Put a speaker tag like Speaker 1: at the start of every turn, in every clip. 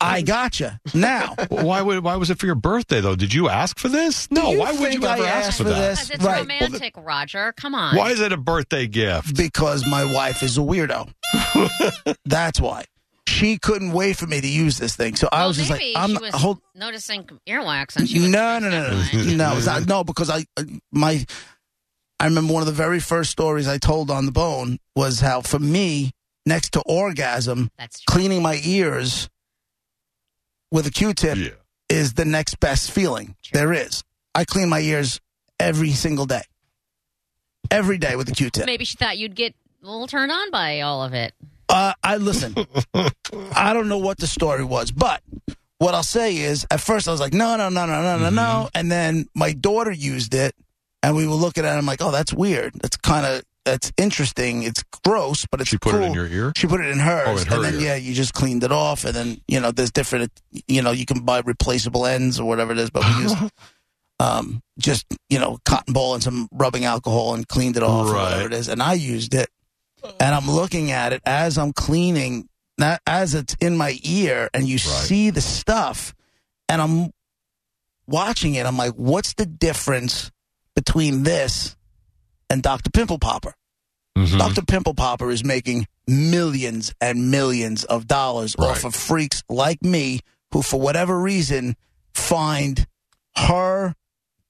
Speaker 1: I gotcha. Now,
Speaker 2: why would why was it for your birthday though? Did you ask for this?
Speaker 1: do
Speaker 2: No. Why would
Speaker 1: think
Speaker 2: you
Speaker 1: I
Speaker 2: ever ask
Speaker 1: asked
Speaker 2: for that?
Speaker 1: this?
Speaker 3: Because it's
Speaker 1: right.
Speaker 3: romantic, Roger. Come on.
Speaker 2: Why is it a birthday gift?
Speaker 1: Because my wife is a weirdo. That's why. She couldn't wait for me to use this thing. So I
Speaker 3: Well,
Speaker 1: was just like,
Speaker 3: maybe
Speaker 1: I'm
Speaker 3: she
Speaker 1: not-
Speaker 3: was
Speaker 1: hold
Speaker 3: noticing earwax and she was
Speaker 1: no, no, no,
Speaker 3: impressed
Speaker 1: no,
Speaker 3: by it.
Speaker 1: no, it's not- no, because I uh, my I remember one of the very first stories I told on the bone was how for me next to orgasm,
Speaker 3: That's true.
Speaker 1: cleaning my ears with a Q-tip
Speaker 2: Yeah.
Speaker 1: is the next best feeling
Speaker 3: True.
Speaker 1: there is. I clean my ears every single day, every day with a Q-tip.
Speaker 3: Maybe she thought you'd get a little turned on by all of it.
Speaker 1: Uh, I listen. I don't know what the story was, but what I'll say is, at first I was like, no, no, no, no, no, no,
Speaker 2: Mm-hmm.
Speaker 1: no, and then my daughter used it, and we were looking at. it, I'm like, oh, that's weird. That's kind of that's interesting. It's gross, but it's
Speaker 2: She put it in
Speaker 1: cool."
Speaker 2: your ear?
Speaker 1: She put it in hers,
Speaker 2: Oh, in her
Speaker 1: and then
Speaker 2: ear.
Speaker 1: yeah, you just cleaned it off, and then you know, there's different. You know, you can buy replaceable ends or whatever it is, but we used um, just you know, cotton ball and some rubbing alcohol and cleaned it off or whatever
Speaker 2: Right.
Speaker 1: it is, and I used it and I'm looking at it as I'm cleaning, not as it's in my ear, and you see the stuff, and I'm watching it. I'm like, what's the difference between this and Dr. Pimple Popper?
Speaker 2: Mhm.
Speaker 1: Dr. Pimple Popper is making millions and millions of dollars off
Speaker 2: Right.
Speaker 1: of freaks like me who, for whatever reason, find her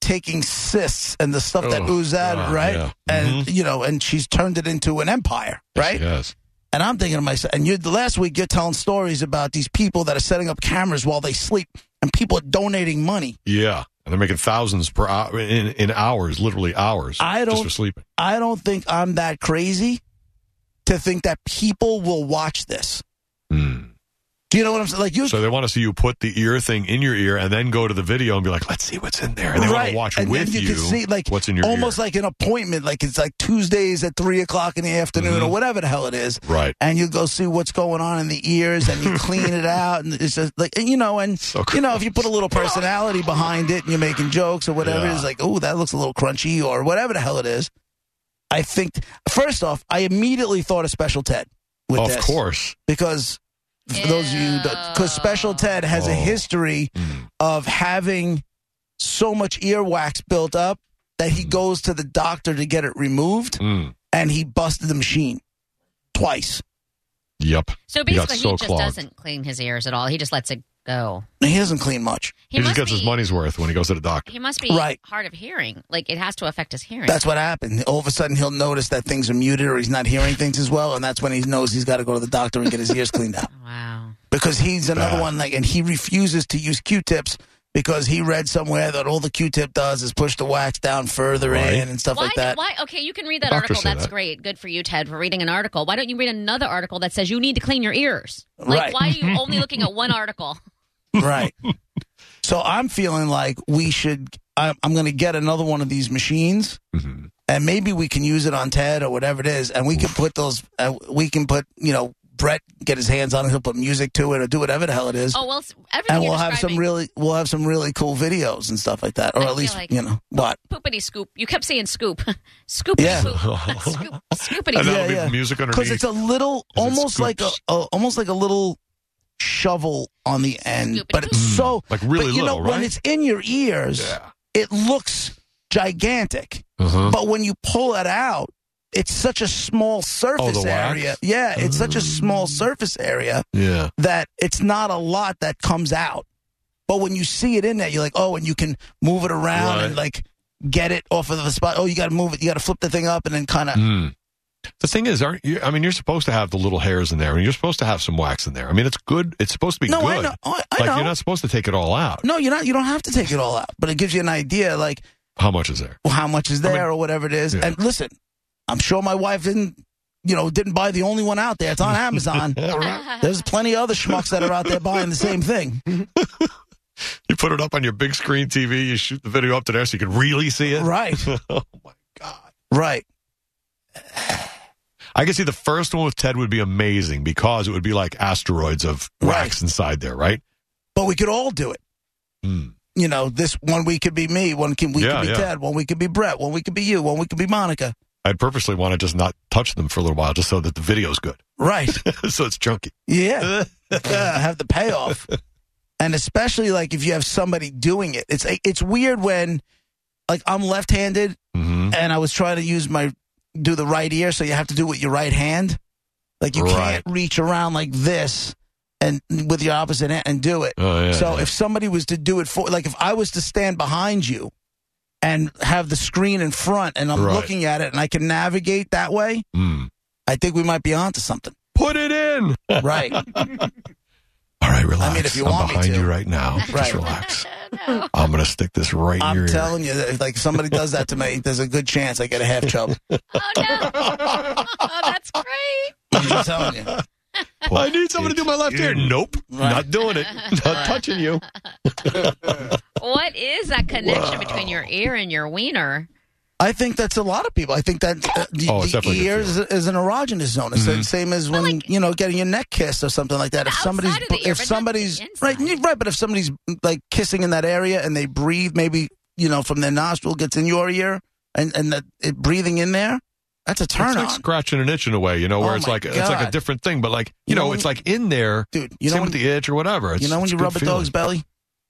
Speaker 1: taking cysts and the stuff that
Speaker 2: Oh,
Speaker 1: ooze out,
Speaker 2: God,
Speaker 1: right?
Speaker 2: yeah. Mm-hmm.
Speaker 1: And, you know, and she's turned it into an empire, right?
Speaker 2: Yes.
Speaker 1: And I'm thinking to myself, and you the last week you're telling stories about these people that are setting up cameras while they sleep and people are donating money.
Speaker 2: Yeah. And they're making thousands per hour in, in hours, literally hours.
Speaker 1: I
Speaker 2: just
Speaker 1: don't-
Speaker 2: for sleeping.
Speaker 1: I don't think I'm that crazy to think that people will watch this.
Speaker 2: Hmm.
Speaker 1: Do you know what I'm saying? Like you
Speaker 2: So they want to see you put the ear thing in your ear and then go to the video and be like, let's see what's in there. And they want
Speaker 1: right.
Speaker 2: to watch
Speaker 1: and
Speaker 2: with
Speaker 1: then you,
Speaker 2: you,
Speaker 1: can see like
Speaker 2: what's in your
Speaker 1: almost
Speaker 2: ear.
Speaker 1: like an appointment, like it's like Tuesdays at three o'clock in the afternoon
Speaker 2: Mm-hmm.
Speaker 1: or whatever the hell it is.
Speaker 2: right.
Speaker 1: and you go see what's going on in the ears and you clean it out and it's just like and, you know and
Speaker 2: So
Speaker 1: you know if you put a little personality behind it and you're making jokes or whatever
Speaker 2: Yeah.
Speaker 1: it's like oh that looks a little crunchy or whatever the hell it is i think first off i immediately thought of special ted with
Speaker 2: Of
Speaker 1: this
Speaker 2: course.
Speaker 1: because for those of you because special ted has a
Speaker 2: Oh.
Speaker 1: history
Speaker 2: Mm.
Speaker 1: of having so much earwax built up that he goes to the doctor to get it removed
Speaker 2: Mm.
Speaker 1: and he busted the machine twice
Speaker 2: Yep.
Speaker 3: So
Speaker 2: He got
Speaker 3: basically,
Speaker 2: so
Speaker 3: he, just
Speaker 2: clogged.
Speaker 3: doesn't clean his ears at all. He just lets it go.
Speaker 1: He doesn't clean much.
Speaker 2: He, just gets his money's worth when he goes to the doctor.
Speaker 3: He must be
Speaker 1: Right.
Speaker 3: hard of hearing. Like it has to affect his hearing.
Speaker 1: That's what happened. All of a sudden, he'll notice that things are muted or he's not hearing things as well, and that's when he knows he's got to go to the doctor and get his ears cleaned out
Speaker 3: wow.
Speaker 1: because he's another
Speaker 2: Bad.
Speaker 1: one. Like, and he refuses to use Q-tips because he read somewhere that all the Q-tip does is push the wax down further
Speaker 2: Right.
Speaker 1: in and stuff
Speaker 3: Why?
Speaker 1: like that.
Speaker 3: Why? Okay, you can read that
Speaker 2: Doctor
Speaker 3: article.
Speaker 2: said
Speaker 3: That's
Speaker 2: that.
Speaker 3: great. Good for you, Ted, for reading an article. Why don't you read another article that says you need to clean your ears?
Speaker 1: Right.
Speaker 3: Like, why are you only looking at one article?
Speaker 1: right. So I'm feeling like we should. I, I'm going to get another one of these machines.
Speaker 2: Mhm.
Speaker 1: and maybe we can use it on Ted or whatever it is, and we can put those. Uh, we can put you know Brett get his hands on it. He'll put music to it or do whatever the hell it is,
Speaker 3: Oh well, s- everything
Speaker 1: and
Speaker 3: you're
Speaker 1: we'll have some
Speaker 3: describing-
Speaker 1: really we'll have some really cool videos and stuff like that, or
Speaker 3: I
Speaker 1: at
Speaker 3: feel
Speaker 1: least
Speaker 3: like-
Speaker 1: you know what.
Speaker 3: poopity scoop. You kept saying scoop, scoopity
Speaker 1: Yeah.
Speaker 3: scoop, scoop, scoopity
Speaker 2: And
Speaker 1: Yeah,
Speaker 2: that'll
Speaker 3: scoop.
Speaker 2: be
Speaker 1: yeah.
Speaker 2: music
Speaker 1: Because
Speaker 2: underneath.
Speaker 1: it's a little,
Speaker 2: Is it
Speaker 1: almost like a,
Speaker 2: scoops?
Speaker 1: a almost like a little shovel on the end,
Speaker 3: Scoopity
Speaker 1: but it's
Speaker 2: Mm.
Speaker 1: so.
Speaker 2: like
Speaker 1: but
Speaker 2: really
Speaker 1: you
Speaker 2: little,
Speaker 1: know
Speaker 2: right?
Speaker 1: when it's in your ears,
Speaker 2: yeah.
Speaker 1: it looks gigantic.
Speaker 2: Uh-huh.
Speaker 1: But when you pull it out, it's such a small surface
Speaker 2: Oh, wax? Mm.
Speaker 1: area. Yeah, it's such a small surface area
Speaker 2: Yeah.
Speaker 1: that it's not a lot that comes out. But when you see it in there, you're like, oh, and you can move it around and like get it off of the spot. Oh, you got to move it. You got to flip the thing up and then kind of.
Speaker 2: Mm. The thing is, aren't you? I mean, you're supposed to have the little hairs in there, and you're supposed to have some wax in there. I mean, it's good. It's supposed to be
Speaker 1: No,
Speaker 2: good.
Speaker 1: I know. I, I
Speaker 2: like
Speaker 1: know.
Speaker 2: you're not supposed to take it all out.
Speaker 1: no, you're not. You don't have to take it all out, but it gives you an idea, like
Speaker 2: How much is there?
Speaker 1: well, how much is
Speaker 2: I
Speaker 1: there or whatever it is.
Speaker 2: Yeah.
Speaker 1: And listen, I'm sure my wife didn't you know, didn't buy the only one out there. It's on Amazon.
Speaker 2: All right.
Speaker 1: There's plenty of other schmucks that are out there buying the same thing.
Speaker 2: You put it up on your big screen TV. You shoot the video up to there so you can really see it.
Speaker 1: Right.
Speaker 2: oh my god!
Speaker 1: Right.
Speaker 2: I can see the first one with Ted would be amazing because it would be like asteroids of wax inside there, right?
Speaker 1: But we could all do it.
Speaker 2: Hmm.
Speaker 1: You know, this one week could be me, one can, week
Speaker 2: Yeah,
Speaker 1: could be
Speaker 2: yeah.
Speaker 1: Ted, one week could be Brett, one week could be you, one week could be Monica.
Speaker 2: I'd purposely want to just not touch them for a little while, just so that the video's good,
Speaker 1: Right.
Speaker 2: so it's chunky.
Speaker 1: Yeah. Yeah, have the payoff. And especially like if you have somebody doing it. It's it's weird when like I'm left-handed
Speaker 2: hmm
Speaker 1: and I was trying to use my do the right ear, so you have to do it with your right hand. Like you
Speaker 2: Right.
Speaker 1: can't reach around like this and with your opposite hand and do it.
Speaker 2: Oh yeah.
Speaker 1: so
Speaker 2: yeah.
Speaker 1: if somebody was to do it for like if I was to stand behind you and have the screen in front and I'm
Speaker 2: Right.
Speaker 1: looking at it and I can navigate that way,
Speaker 2: Hmm.
Speaker 1: I think we might be onto something.
Speaker 2: put it in.
Speaker 1: Right.
Speaker 2: All right, relax.
Speaker 1: I mean, if you
Speaker 2: am
Speaker 1: want me
Speaker 2: behind
Speaker 1: to.
Speaker 2: you right now, just
Speaker 1: Right.
Speaker 2: relax. I'm gonna stick this right in
Speaker 1: I'm
Speaker 2: your ear.
Speaker 1: telling you that if like if somebody does that to me, there's a good chance I get a half chub.
Speaker 3: Oh no! oh, that's great.
Speaker 1: I'm just telling you.
Speaker 2: I need someone to do my left ear. Nope,
Speaker 1: Right.
Speaker 2: not doing it. Not touching you.
Speaker 3: What is that connection between your ear and your wiener?
Speaker 1: I think that's a lot of people. I think that uh, the,
Speaker 2: Oh, it's
Speaker 1: the
Speaker 2: definitely a good Mm-hmm.
Speaker 1: ear is, is an erogenous zone. It's the same as when
Speaker 3: like-
Speaker 1: you know getting your neck kissed or something like that. If
Speaker 3: Outside
Speaker 1: somebody's
Speaker 3: of the ear,
Speaker 1: if
Speaker 3: but not the
Speaker 1: somebody's right,
Speaker 3: inside.
Speaker 1: you- right, but if somebody's like kissing in that area and they breathe, maybe you know from their nostril gets in your ear and and that it breathing in there, that's a turn
Speaker 2: it's
Speaker 1: on,
Speaker 2: like scratching an itch in a way, you know, where
Speaker 1: Oh
Speaker 2: it's
Speaker 1: my
Speaker 2: like it's like a
Speaker 1: God.
Speaker 2: different thing, but like you
Speaker 1: You know
Speaker 2: know,
Speaker 1: when
Speaker 2: it's
Speaker 1: you-
Speaker 2: like in there,
Speaker 1: dude. You
Speaker 2: same
Speaker 1: know when
Speaker 2: with the itch or whatever. It's,
Speaker 1: you know when
Speaker 2: it's
Speaker 1: you
Speaker 2: good
Speaker 1: rub a
Speaker 2: feeling.
Speaker 1: dog's belly,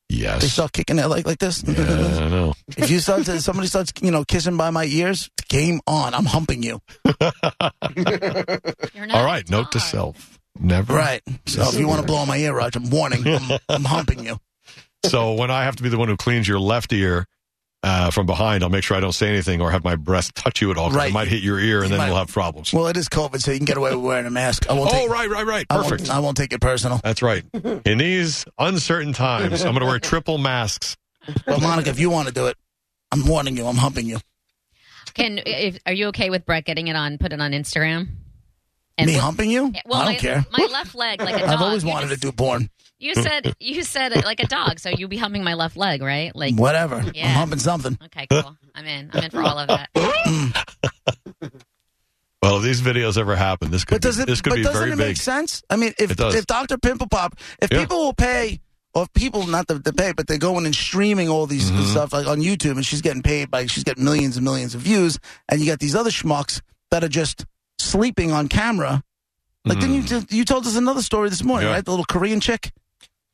Speaker 2: yes,
Speaker 1: they start kicking their leg like this.
Speaker 2: yeah, I know.
Speaker 1: If you start to, somebody starts, you know, kissing by my ears, game on. I'm humping you.
Speaker 3: You're not
Speaker 2: All right,
Speaker 3: a
Speaker 2: note to
Speaker 3: dog.
Speaker 2: self, never.
Speaker 1: Right. So if you want to blow on my ear, Roger, I'm warning. I'm, I'm humping you.
Speaker 2: So when I have to be the one who cleans your left ear. Uh, from behind, I'll make sure I don't say anything or have my breath touch you at all. 'cause
Speaker 1: Right.
Speaker 2: It might hit your ear, and
Speaker 1: You
Speaker 2: then
Speaker 1: might-
Speaker 2: we'll have problems.
Speaker 1: Well, it is COVID, so you can get away with wearing a mask. I won't
Speaker 2: oh,
Speaker 1: take,
Speaker 2: right, right, right.
Speaker 1: I
Speaker 2: Perfect.
Speaker 1: won't, I won't take it personal.
Speaker 2: That's right. In these uncertain times, I'm going to wear triple masks.
Speaker 1: But Monica, if you want to do it, I'm warning you. I'm humping you.
Speaker 3: Can if, are you okay with Brett getting it on? Put it on Instagram.
Speaker 1: Me
Speaker 3: what-
Speaker 1: humping you?
Speaker 3: Yeah, well,
Speaker 1: I don't
Speaker 3: my,
Speaker 1: care.
Speaker 3: My left leg, like a dog.
Speaker 1: I've always
Speaker 3: You
Speaker 1: wanted
Speaker 3: just-
Speaker 1: to do porn.
Speaker 3: You said you said it like a dog, so you'll be humping my left leg, right? Like,
Speaker 1: Whatever.
Speaker 3: Yeah.
Speaker 1: I'm humping something.
Speaker 3: okay, cool. I'm in. I'm in for all of that.
Speaker 2: Well, if these videos ever happen, this could
Speaker 1: But
Speaker 2: be,
Speaker 1: does it?
Speaker 2: this could
Speaker 1: but
Speaker 2: be
Speaker 1: doesn't
Speaker 2: very
Speaker 1: it
Speaker 2: big.
Speaker 1: make sense? I mean, if
Speaker 2: It does.
Speaker 1: if Doctor Pimple Pop, if
Speaker 2: Yeah.
Speaker 1: people will pay, or if people not the, the pay, but they're going and streaming all these
Speaker 2: Mm-hmm.
Speaker 1: stuff like on YouTube, and she's getting paid by she's got millions and millions of views, and you got these other schmucks that are just sleeping on camera. Like
Speaker 2: Mm.
Speaker 1: didn't you just, you told us another story this morning,
Speaker 2: Yeah.
Speaker 1: right? The little Korean chick.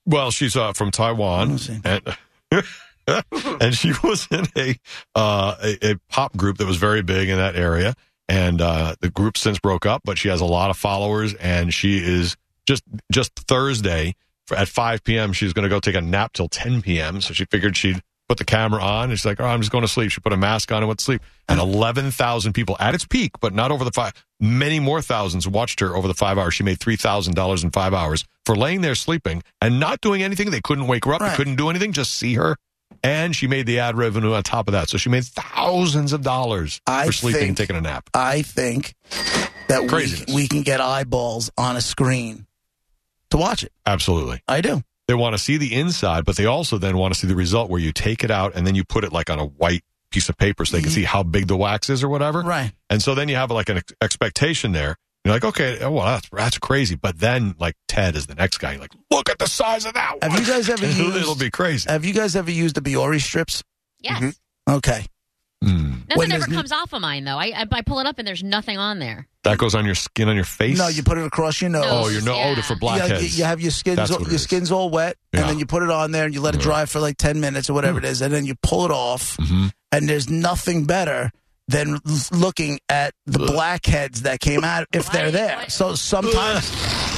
Speaker 2: Well, she's uh, from Taiwan,
Speaker 1: Let me
Speaker 2: and, and she was in a, uh, a a pop group that was very big in that area. And uh, the group since broke up, but she has a lot of followers, and she is just just Thursday for, at 5 p.m. She's going to go take a nap till 10 p.m. So she figured she'd put the camera on, and she's like, "Oh, I'm just going to sleep." She put a mask on and went to sleep. And 11,000 people at its peak, but not over the five. Many more thousands watched her over the five hours. She made three thousand dollars in five hours for laying there sleeping and not doing anything. They couldn't wake her up. They
Speaker 1: Right.
Speaker 2: couldn't do anything. Just see her. And she made the ad revenue on top of that, so she made thousands of dollars
Speaker 1: I
Speaker 2: for sleeping and
Speaker 1: think-
Speaker 2: taking a nap.
Speaker 1: I think that
Speaker 2: Craziness.
Speaker 1: we, we can get eyeballs on a screen to watch it.
Speaker 2: Absolutely.
Speaker 1: I do.
Speaker 2: they want to see the inside, but they also then want to see the result where you take it out and then you put it like on a white piece of paper so they can see how big the wax is or whatever.
Speaker 1: Mm-hmm. Right.
Speaker 2: And so then you have like an ex- expectation there. You're like, okay, oh, well, that's, that's crazy. But then like Ted is the next guy. You're like, look at the size of that
Speaker 1: Have
Speaker 2: one.
Speaker 1: you guys ever used? Uh,
Speaker 2: It'll be crazy.
Speaker 1: Have you guys ever used the Biore strips?
Speaker 3: Yes.
Speaker 1: Okay.
Speaker 2: Mm.
Speaker 1: Mm-hmm. When
Speaker 3: Nothing ever
Speaker 1: there's n-
Speaker 3: comes off of mine though. I, I I pull it up and there's nothing on there.
Speaker 2: That goes on your skin, on your face.
Speaker 1: No, you put it across your nose.
Speaker 2: oh, you're no
Speaker 3: Yeah.
Speaker 2: older for
Speaker 1: You- you-
Speaker 2: blackheads.
Speaker 1: You, have your
Speaker 2: That's
Speaker 1: skin's
Speaker 2: what it
Speaker 1: your
Speaker 2: is.
Speaker 1: skin's all wet,
Speaker 2: Yeah.
Speaker 1: and then you put it on there and you let it
Speaker 2: Yeah.
Speaker 1: dry for like ten minutes or whatever it is, and then you pull it off.
Speaker 2: Mhm.
Speaker 1: And there's nothing better than l- looking at the blackheads that came out if they're
Speaker 3: Right,
Speaker 1: there.
Speaker 3: right.
Speaker 1: So sometimes.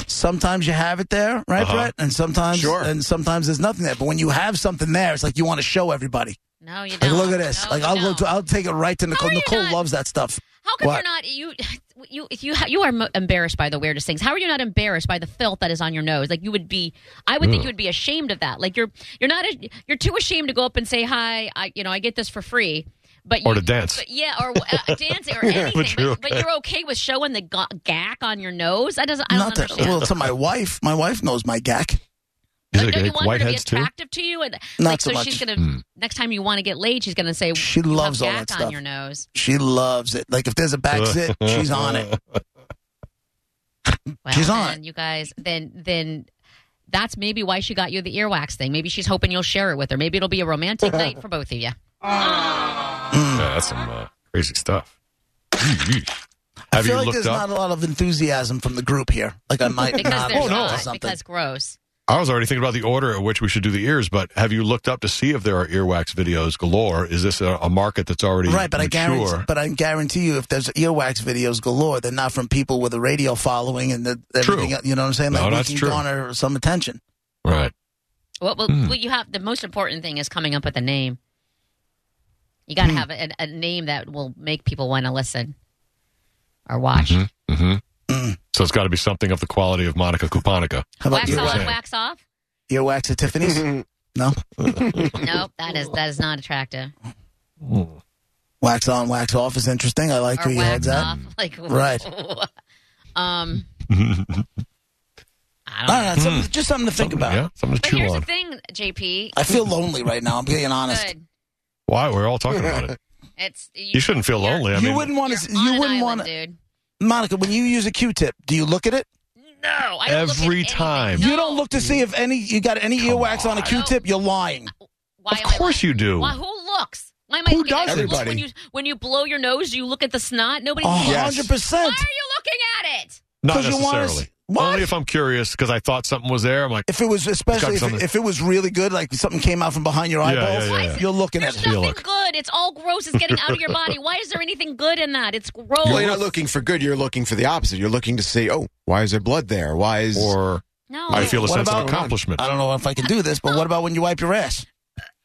Speaker 1: Sometimes you have it there, right,
Speaker 2: Uh-huh.
Speaker 1: Brett? And sometimes,
Speaker 2: Sure.
Speaker 1: and sometimes there's nothing there. But when you have something there, it's like you want to show everybody.
Speaker 3: No, you
Speaker 1: Like,
Speaker 3: don't.
Speaker 1: look at this.
Speaker 3: No,
Speaker 1: like,
Speaker 3: you
Speaker 1: I'll go
Speaker 3: don't.
Speaker 1: to, I'll take it right to Nicole.
Speaker 3: are you
Speaker 1: Nicole
Speaker 3: not-
Speaker 1: loves that stuff.
Speaker 3: How come
Speaker 1: What?
Speaker 3: you're not you you you you are mo- embarrassed by the weirdest things? How are you not embarrassed by the filth that is on your nose? Like you would be, I would think you would be ashamed of that. Like you're you're not a, you're too ashamed to go up and say hi. I you know I get this for free. But you,
Speaker 2: Or to dance.
Speaker 3: But yeah, or uh, dancing or anything.
Speaker 2: But you're
Speaker 3: but, you're okay with showing the ga- gack on your nose? That doesn't. I don't
Speaker 1: Not that,
Speaker 3: understand.
Speaker 1: well, to my wife. My wife knows my gack.
Speaker 2: Is
Speaker 3: Like,
Speaker 2: it
Speaker 3: don't you
Speaker 2: like
Speaker 3: want her to be
Speaker 2: whiteheads too? Hmm.
Speaker 3: attractive to you? And like,
Speaker 1: Not so
Speaker 3: she's
Speaker 1: much.
Speaker 3: gonna next time you want to get laid, she's gonna say
Speaker 1: She
Speaker 3: "You have
Speaker 1: loves all
Speaker 3: gack
Speaker 1: that
Speaker 3: on
Speaker 1: stuff.
Speaker 3: your nose.
Speaker 1: She loves it. Like if there's a back zit, she's on it.
Speaker 3: Well,
Speaker 1: She's on
Speaker 3: then, You guys, then then that's maybe why she got you the earwax thing. Maybe she's hoping you'll share it with her. Maybe it'll be a romantic night for both of you.
Speaker 2: Yeah, that's some uh, crazy stuff.
Speaker 1: I
Speaker 2: Have you
Speaker 1: feel like
Speaker 2: looked
Speaker 1: there's not
Speaker 2: up?
Speaker 1: a lot of enthusiasm from the group here. Like I might
Speaker 3: Because
Speaker 1: not
Speaker 3: there's
Speaker 1: or
Speaker 3: not.
Speaker 1: something.
Speaker 3: Because gross.
Speaker 2: I was already thinking about the order at which we should do the ears, but have you looked up to see if there are earwax videos galore? Is this a, a market that's already
Speaker 1: Right, but I guarantee,
Speaker 2: mature?
Speaker 1: but I guarantee you, if there's earwax videos galore, they're not from people with a radio following and the, everything.
Speaker 2: True.
Speaker 1: else. You know what I'm saying?
Speaker 2: No,
Speaker 1: Like we
Speaker 2: that's
Speaker 1: can
Speaker 2: true.
Speaker 1: garner some attention.
Speaker 2: Right.
Speaker 3: Well, well,
Speaker 1: Hmm.
Speaker 3: well, you have the most important thing is coming up with a name. You
Speaker 1: Hmm.
Speaker 3: got to have a, a name that will make people want to listen or watch.
Speaker 1: Mm-hmm.
Speaker 2: Mm-hmm,
Speaker 1: Mm.
Speaker 2: So it's got to be something of the quality of Monica Kuponica.
Speaker 1: How about
Speaker 3: Wax
Speaker 1: earwax,
Speaker 3: on, wax off.
Speaker 1: earwax at Tiffany's? no,
Speaker 3: Nope, that is that is not attractive.
Speaker 1: wax on, wax off is interesting. I like
Speaker 3: Or
Speaker 1: where your
Speaker 3: wax
Speaker 1: head's at.
Speaker 3: off, like
Speaker 1: Right.
Speaker 3: um, I don't.
Speaker 1: I
Speaker 3: know.
Speaker 1: don't know, something- just something to think about.
Speaker 2: Yeah, Hmm. something to
Speaker 3: But
Speaker 2: chew
Speaker 3: here's
Speaker 2: on.
Speaker 3: the thing, JP.
Speaker 1: I feel lonely right now. I'm being honest.
Speaker 3: Good.
Speaker 2: Why? We're all talking about it.
Speaker 3: It's you,
Speaker 2: You shouldn't feel
Speaker 3: You're-
Speaker 2: lonely. I
Speaker 1: you
Speaker 2: mean,
Speaker 1: wouldn't want
Speaker 3: you're
Speaker 1: to.
Speaker 3: on an
Speaker 1: You wouldn't
Speaker 3: island,
Speaker 1: want to,
Speaker 3: dude.
Speaker 1: Monica. When you use a Q-tip, do you look at it?
Speaker 3: No, I don't look at
Speaker 2: Every
Speaker 3: anything.
Speaker 2: time.
Speaker 3: No.
Speaker 1: You don't look to see if any you got any earwax on a Q-tip. You're lying.
Speaker 3: Why
Speaker 2: of
Speaker 3: am I
Speaker 2: course you do.
Speaker 3: Why, who looks? Why am I
Speaker 2: Who
Speaker 3: looking
Speaker 2: does
Speaker 3: at it?
Speaker 2: everybody?
Speaker 3: When you, when you blow your nose, do you look at the snot? Nobody.
Speaker 1: A
Speaker 3: looks.
Speaker 4: Yes.
Speaker 1: Oh, hundred percent.
Speaker 3: Why are you looking at it?
Speaker 2: Oh. Not
Speaker 1: 'Cause you wanna
Speaker 2: necessarily.
Speaker 1: s- What?
Speaker 2: Only if I'm curious because I thought something was there. I'm like,
Speaker 1: If it was especially if,
Speaker 2: something.
Speaker 1: if it was really good, like something came out from behind your
Speaker 2: Yeah, yeah,
Speaker 1: eyeballs,
Speaker 2: yeah, yeah.
Speaker 1: you're looking
Speaker 3: There's
Speaker 1: at it.
Speaker 2: You
Speaker 3: nothing
Speaker 2: look.
Speaker 3: good. It's all gross. It's getting out of your body. Why is there anything good in that? It's gross.
Speaker 4: Well, you're not looking for good. You're looking for the opposite. You're looking to see, oh, why is there blood there? Why is
Speaker 2: or
Speaker 3: no.
Speaker 2: I feel a
Speaker 1: What
Speaker 2: sense
Speaker 1: about-
Speaker 2: of accomplishment.
Speaker 1: I don't know if I can do this, but what about when you wipe your ass?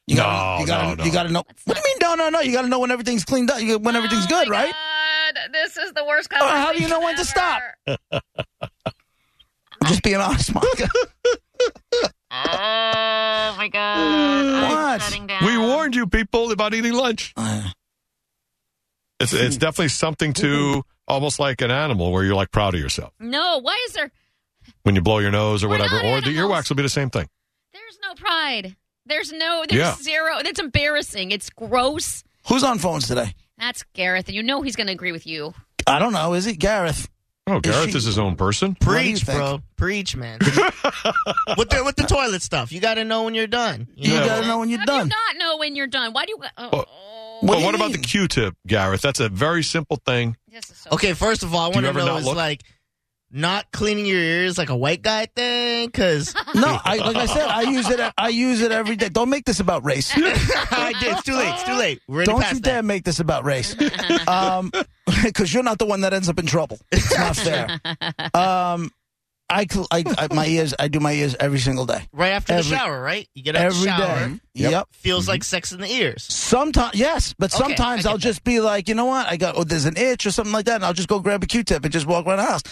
Speaker 1: You gotta,
Speaker 2: No,
Speaker 1: you gotta,
Speaker 2: no, no.
Speaker 1: you gotta know. What do you mean? No, no, no. You gotta know when everything's cleaned up. You, when everything's
Speaker 3: Oh
Speaker 1: good,
Speaker 3: my
Speaker 1: right? Oh,
Speaker 3: God, this is the worst.
Speaker 1: do you
Speaker 3: conversation
Speaker 1: know when to
Speaker 3: ever.
Speaker 1: stop? I'm just being honest, Monica.
Speaker 3: Oh my god! I'm
Speaker 1: What?
Speaker 3: shutting down.
Speaker 2: We warned you people about eating lunch.
Speaker 1: Uh,
Speaker 2: It's, it's definitely something to almost like an animal where you're like proud of yourself
Speaker 3: No. Why is there?
Speaker 2: when you blow your nose or
Speaker 3: We're
Speaker 2: whatever.
Speaker 3: not
Speaker 2: Or the
Speaker 3: animals.
Speaker 2: earwax will be the same thing.
Speaker 3: There's no pride. There's no. There's
Speaker 2: Yeah.
Speaker 3: zero. That's embarrassing. It's gross.
Speaker 1: who's on phones today?
Speaker 3: That's Gareth, and you know he's going to agree with you.
Speaker 1: I don't know. Is it Gareth?
Speaker 2: Oh, Gareth
Speaker 1: she-
Speaker 2: is his own person.
Speaker 1: What do you
Speaker 5: Preach,
Speaker 1: think?
Speaker 5: bro. Preach, man. with the with the toilet stuff, you got to know when you're done.
Speaker 1: You
Speaker 5: know?
Speaker 1: gotta know when you're
Speaker 3: How do
Speaker 1: done.
Speaker 3: you not know when you're done? Why do you? Oh,
Speaker 2: Well-
Speaker 3: oh,
Speaker 1: What
Speaker 2: But
Speaker 1: do you
Speaker 2: what about the
Speaker 1: mean?
Speaker 2: Q-tip, Gareth? That's a very simple thing.
Speaker 3: this is so
Speaker 5: Okay, first of all, I
Speaker 2: Do you
Speaker 5: want to
Speaker 2: ever
Speaker 5: know
Speaker 2: not
Speaker 5: is
Speaker 2: look?
Speaker 5: like not cleaning your ears like a white guy thing because
Speaker 1: No, I, like I said, I use it. I use it every day. Don't make this about race.
Speaker 5: I did. It's too late. It's too late. We're already
Speaker 1: Don't you
Speaker 5: past
Speaker 1: dare
Speaker 5: that.
Speaker 1: make this about race, um, because you're not the one that ends up in trouble. It's not fair. Um, I, cl- I, I my ears. I do my ears every single day.
Speaker 5: Right after
Speaker 1: Every-
Speaker 5: the shower, right? You get out
Speaker 1: Every
Speaker 5: the
Speaker 1: day.
Speaker 5: shower.
Speaker 1: Yep.
Speaker 2: Mm-hmm.
Speaker 5: Feels like sex in the ears.
Speaker 1: Sometimes, yes, but
Speaker 5: Okay,
Speaker 1: sometimes
Speaker 5: I get
Speaker 1: I'll just be like, you know what? I got. Oh, there's an itch or something like that, and I'll just go grab a Q-tip and just walk around the house.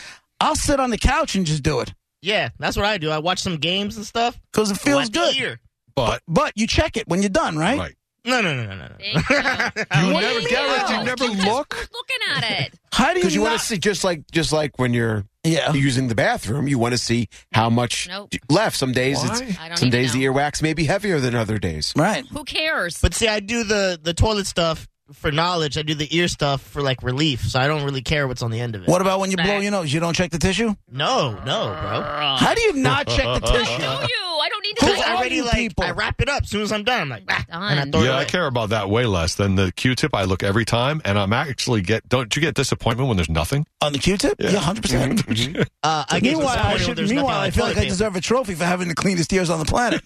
Speaker 1: I'll sit on the couch and just do it
Speaker 5: Yeah, that's what I do. I watch some games and stuff.
Speaker 1: because it feels
Speaker 5: Wet the
Speaker 1: good.
Speaker 5: ear.
Speaker 2: But,
Speaker 1: But you check it when you're done, right?
Speaker 2: right.
Speaker 5: No, no, no, no, no, no.
Speaker 3: Thank you.
Speaker 2: You
Speaker 1: What do
Speaker 2: never,
Speaker 1: you
Speaker 2: Gareth,
Speaker 1: mean?
Speaker 2: you never
Speaker 3: Because
Speaker 2: look.
Speaker 3: Who's looking at it?
Speaker 1: How do you?
Speaker 4: because you
Speaker 1: not-
Speaker 4: want to see just like just like when you're
Speaker 1: Yeah.
Speaker 4: using the bathroom, you want to see how much
Speaker 3: Nope.
Speaker 4: left. Some days
Speaker 2: Why?
Speaker 3: I don't
Speaker 4: it's some
Speaker 3: even
Speaker 4: days the
Speaker 3: know.
Speaker 4: earwax may be heavier than other days.
Speaker 1: Right.
Speaker 3: Who cares?
Speaker 5: But see, I do the the toilet stuff for knowledge. I do the ear stuff for like relief. So I don't really care what's on the end of it.
Speaker 1: What about when you blow
Speaker 3: Fact.
Speaker 1: your nose? You don't check the tissue?
Speaker 5: No, no, bro.
Speaker 1: How do you not check the
Speaker 2: uh,
Speaker 3: do you?
Speaker 1: tissue?
Speaker 3: I don't need to.
Speaker 1: Who
Speaker 3: know.
Speaker 5: I
Speaker 1: are
Speaker 5: already
Speaker 1: you
Speaker 5: like
Speaker 1: people?
Speaker 5: I wrap it up as soon as I'm done. I'm like, ah, and I
Speaker 3: Done.
Speaker 5: throw it
Speaker 2: yeah, I
Speaker 5: away.
Speaker 2: care about that way less than the Q-tip. I look every time, and I'm actually get. Don't you get disappointment when there's nothing?
Speaker 1: On the Q-tip? Yeah, 100%.
Speaker 2: Mm-hmm.
Speaker 5: Uh, I get
Speaker 1: Meanwhile, I,
Speaker 5: disappointed when
Speaker 1: should,
Speaker 5: there's
Speaker 1: meanwhile,
Speaker 5: nothing on
Speaker 1: I
Speaker 5: the
Speaker 1: feel like
Speaker 5: toilet
Speaker 1: I
Speaker 5: paper.
Speaker 1: deserve a trophy for having the cleanest ears on the planet.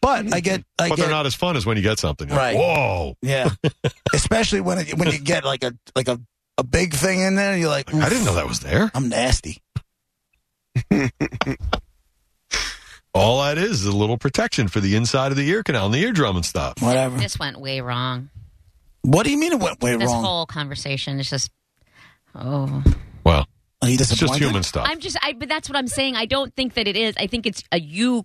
Speaker 1: But I get, I
Speaker 2: But
Speaker 1: get,
Speaker 2: they're not as fun as when you get something. You're like,
Speaker 1: Right.
Speaker 2: Whoa!
Speaker 1: yeah. Especially when it, when you get like a like a, a big thing in there, you're like,
Speaker 2: I didn't
Speaker 1: "Oof,
Speaker 2: know that was there.
Speaker 1: I'm nasty.
Speaker 2: All that is is a little protection for the inside of the ear canal and the eardrum and stuff.
Speaker 1: Whatever.
Speaker 3: This went way wrong.
Speaker 1: What do you mean it went way
Speaker 3: This
Speaker 1: wrong?
Speaker 3: whole conversation is just. Oh,
Speaker 2: Well,
Speaker 1: Are you
Speaker 2: it's just
Speaker 1: disappointed?
Speaker 2: human stuff.
Speaker 3: I'm just. I. But that's what I'm saying. I don't think that it is. I think it's a you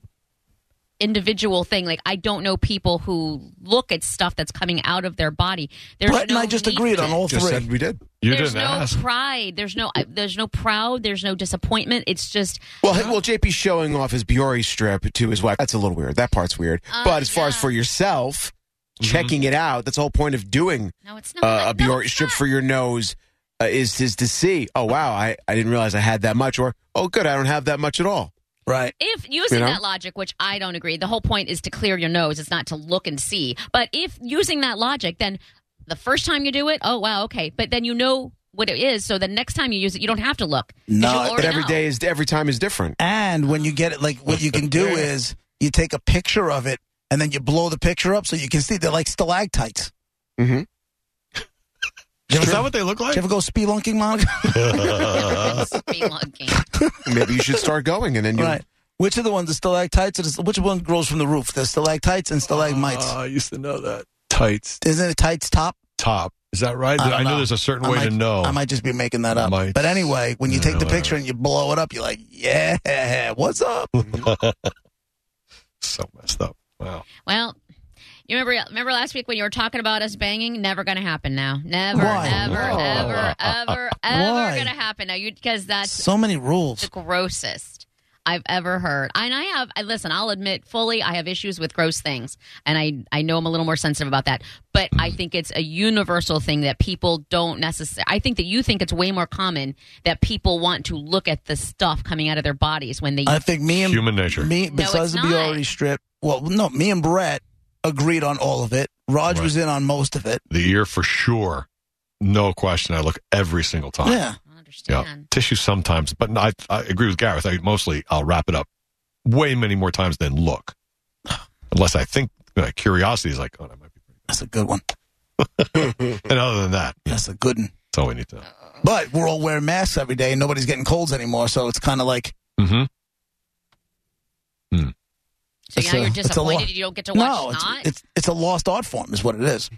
Speaker 3: individual thing. Like I don't know people who look at stuff that's coming out of their body. There's
Speaker 1: Brett and
Speaker 3: no
Speaker 1: I just
Speaker 3: need
Speaker 1: agreed
Speaker 3: for
Speaker 1: on
Speaker 3: that.
Speaker 1: all
Speaker 4: Just
Speaker 1: three.
Speaker 4: said we did.
Speaker 2: You
Speaker 3: there's
Speaker 2: didn't
Speaker 3: no
Speaker 2: ask.
Speaker 3: pride. There's no. I- There's no proud. There's no disappointment. It's just.
Speaker 4: Well, hey, well, JP showing off his Biore strip to his wife. That's a little weird. That part's weird.
Speaker 3: Uh,
Speaker 4: but as far as
Speaker 3: yeah.
Speaker 4: for yourself, checking it out, that's the whole point of doing
Speaker 3: No, it's not.
Speaker 4: uh, a
Speaker 3: no,
Speaker 4: Biore
Speaker 3: it's
Speaker 4: strip
Speaker 3: not.
Speaker 4: for your nose uh, is, is to see, oh, wow, I, I didn't realize I had that much. Or, oh, good, I don't have that much at all.
Speaker 1: Right.
Speaker 3: If using
Speaker 4: You know?
Speaker 3: that logic, which I don't agree, the whole point is to clear your nose. It's not to look and see. But if using that logic, then the first time you do it, oh wow, okay. But then you know what it is, so the next time you use it, you don't have to look. 'Cause
Speaker 1: No,
Speaker 3: you'll
Speaker 1: but
Speaker 4: But
Speaker 3: already
Speaker 4: every
Speaker 3: know.
Speaker 4: day is every time is different.
Speaker 1: And when you get it, like what you can do is you take a picture of it and then you blow the picture up so you can see they're like stalactites.
Speaker 4: Mm-hmm.
Speaker 1: You
Speaker 2: Is that
Speaker 1: ever,
Speaker 2: what they look
Speaker 1: did
Speaker 2: like?
Speaker 1: you ever go spelunking, Monica?
Speaker 3: Be looking.
Speaker 4: Maybe you should start going, and then you.
Speaker 1: right. Which are the ones, the stalactites or the, which one grows from the roof? The stalactites and stalagmites.
Speaker 2: Oh, I used to know that. Tights
Speaker 1: Isn't it tights top?
Speaker 2: top. Is that right?
Speaker 1: I
Speaker 2: I,
Speaker 1: don't
Speaker 2: know
Speaker 1: know.
Speaker 2: there's a certain
Speaker 1: I
Speaker 2: way
Speaker 1: might,
Speaker 2: to know.
Speaker 1: I might just be making that up.
Speaker 2: Might.
Speaker 1: But anyway, when you
Speaker 2: Yeah,
Speaker 1: take the
Speaker 2: whatever.
Speaker 1: picture and you blow it up, you're like, yeah, what's up?
Speaker 2: so messed up. Wow.
Speaker 3: Well, you remember remember last week when you were talking about us banging? Never going to happen now. Never,
Speaker 1: Why?
Speaker 3: ever,
Speaker 1: No.
Speaker 3: ever, ever,
Speaker 1: Why?
Speaker 3: ever going to happen now. You because that's
Speaker 1: So many
Speaker 3: the
Speaker 1: rules.
Speaker 3: grossest I've ever heard. And I have, I listen, I'll admit fully, I have issues with gross things. And I, I know I'm a little more sensitive about that. But I think it's a universal thing that people don't necessarily, I think that you think it's way more common that people want to look at the stuff coming out of their bodies when they,
Speaker 1: I think me and
Speaker 2: Human nature.
Speaker 1: Me,
Speaker 3: No,
Speaker 1: besides
Speaker 3: it's
Speaker 1: the
Speaker 3: not.
Speaker 1: Biore strip, well, no, me and Brett agreed on all of it. Raj
Speaker 2: Right.
Speaker 1: was in on most of it.
Speaker 2: The ear for sure. No question. I look every single time.
Speaker 1: Yeah.
Speaker 3: I don't
Speaker 2: Yeah.
Speaker 3: understand.
Speaker 2: Tissue sometimes, but no, I, I agree with Gareth. I mostly I'll wrap it up way many more times than look. Unless I think uh, curiosity is like, oh, that might be.
Speaker 1: That's a good one.
Speaker 2: And other than that, yeah,
Speaker 1: That's a good one.
Speaker 2: that's all we need to know.
Speaker 1: But we're all wearing masks every day and nobody's getting colds anymore. So it's kind of like,
Speaker 2: Mm-hmm.
Speaker 3: So
Speaker 1: It's
Speaker 3: now
Speaker 1: a-
Speaker 3: you're
Speaker 1: it's a lot.
Speaker 3: disappointed you don't get to watch
Speaker 1: no, it's,
Speaker 3: snot?
Speaker 1: it's, it's a lost art form, is what it is.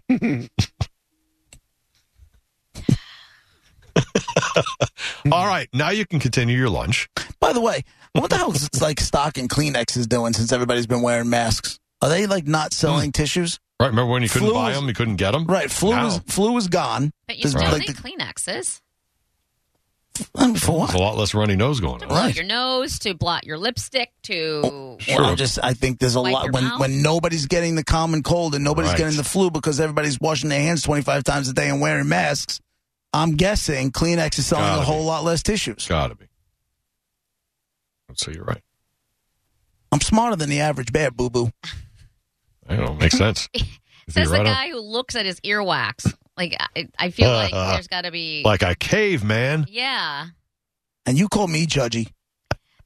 Speaker 2: All right, now you can continue your lunch.
Speaker 1: By the way, what the hell is like stock and Kleenex is doing since everybody's been wearing masks? Are they like not selling
Speaker 2: Hmm.
Speaker 1: tissues?
Speaker 2: Right? Remember when you couldn't
Speaker 1: Flu
Speaker 2: buy
Speaker 1: is-
Speaker 2: them, you couldn't get them.
Speaker 1: Right. Flu
Speaker 2: Now,
Speaker 1: is flu is gone.
Speaker 3: but you
Speaker 1: Does-
Speaker 3: still
Speaker 1: like
Speaker 3: need Kleenexes.
Speaker 1: Um, For
Speaker 2: There's a
Speaker 1: what?
Speaker 2: lot less runny nose going on.
Speaker 3: Blot
Speaker 1: Right. Oh,
Speaker 3: your nose, to blot your lipstick, to.
Speaker 2: Sure.
Speaker 1: I'm just I think there's a
Speaker 3: Wipe
Speaker 1: lot
Speaker 3: your
Speaker 1: when
Speaker 3: mouth.
Speaker 1: when nobody's getting the common cold and nobody's
Speaker 2: Right.
Speaker 1: getting the flu because everybody's washing their hands 25 times a day and wearing masks. I'm guessing Kleenex is selling
Speaker 2: Gotta
Speaker 1: a
Speaker 2: be.
Speaker 1: whole lot less tissues.
Speaker 2: It's got to be. So you're right.
Speaker 1: I'm smarter than the average bear, boo boo.
Speaker 2: I don't know. Makes sense. If
Speaker 3: Says
Speaker 2: you're
Speaker 3: the
Speaker 2: right on-
Speaker 3: guy who looks at his earwax. Like, I, I feel like
Speaker 1: Uh,
Speaker 3: there's got to be.
Speaker 2: like a caveman.
Speaker 3: yeah.
Speaker 1: And you call me judgy.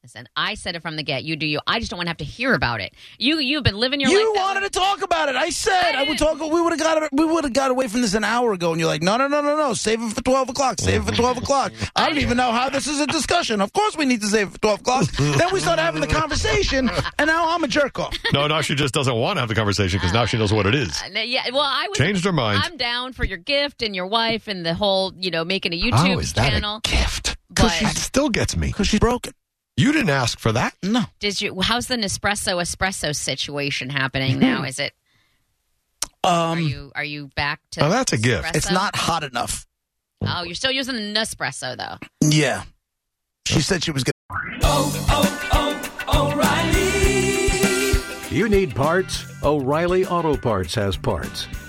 Speaker 3: Listen, I said it from the get. You do you. I just don't want to have to hear about it. You you've been living your
Speaker 1: you
Speaker 3: life. that
Speaker 1: wanted
Speaker 3: way.
Speaker 1: to talk about it. I said I would talk. We would have got we would have got away from this an hour ago, and you're like, no, no, no, no, no. Save it for twelve o'clock. Save it for twelve o'clock. I don't even know how this is a discussion. Of course, we need to save it for twelve o'clock. then we start having the conversation, and now I'm a jerk off.
Speaker 2: No, now she just doesn't want to have the conversation because now she knows what it is.
Speaker 3: Uh, no, yeah. Well, I was.
Speaker 2: Changed her mind.
Speaker 3: I'm down for your gift and your wife and the whole you know making a YouTube
Speaker 2: How Oh, is that
Speaker 3: channel.
Speaker 2: a gift?
Speaker 3: But-
Speaker 2: that still gets me.
Speaker 1: Because she's broken.
Speaker 2: You didn't ask for that.
Speaker 1: No,
Speaker 3: Did you? How's the Nespresso espresso situation happening now? Is it? Are
Speaker 1: um,
Speaker 3: you are you back to?
Speaker 2: Now Oh, that's a gift.
Speaker 3: espresso?
Speaker 1: it's not hot enough.
Speaker 3: Oh, you're still using the Nespresso though.
Speaker 1: Yeah, she said she was. gonna
Speaker 6: You need parts? O'Reilly Auto Parts has parts.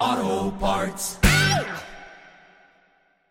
Speaker 7: O'Reilly. Auto Parts.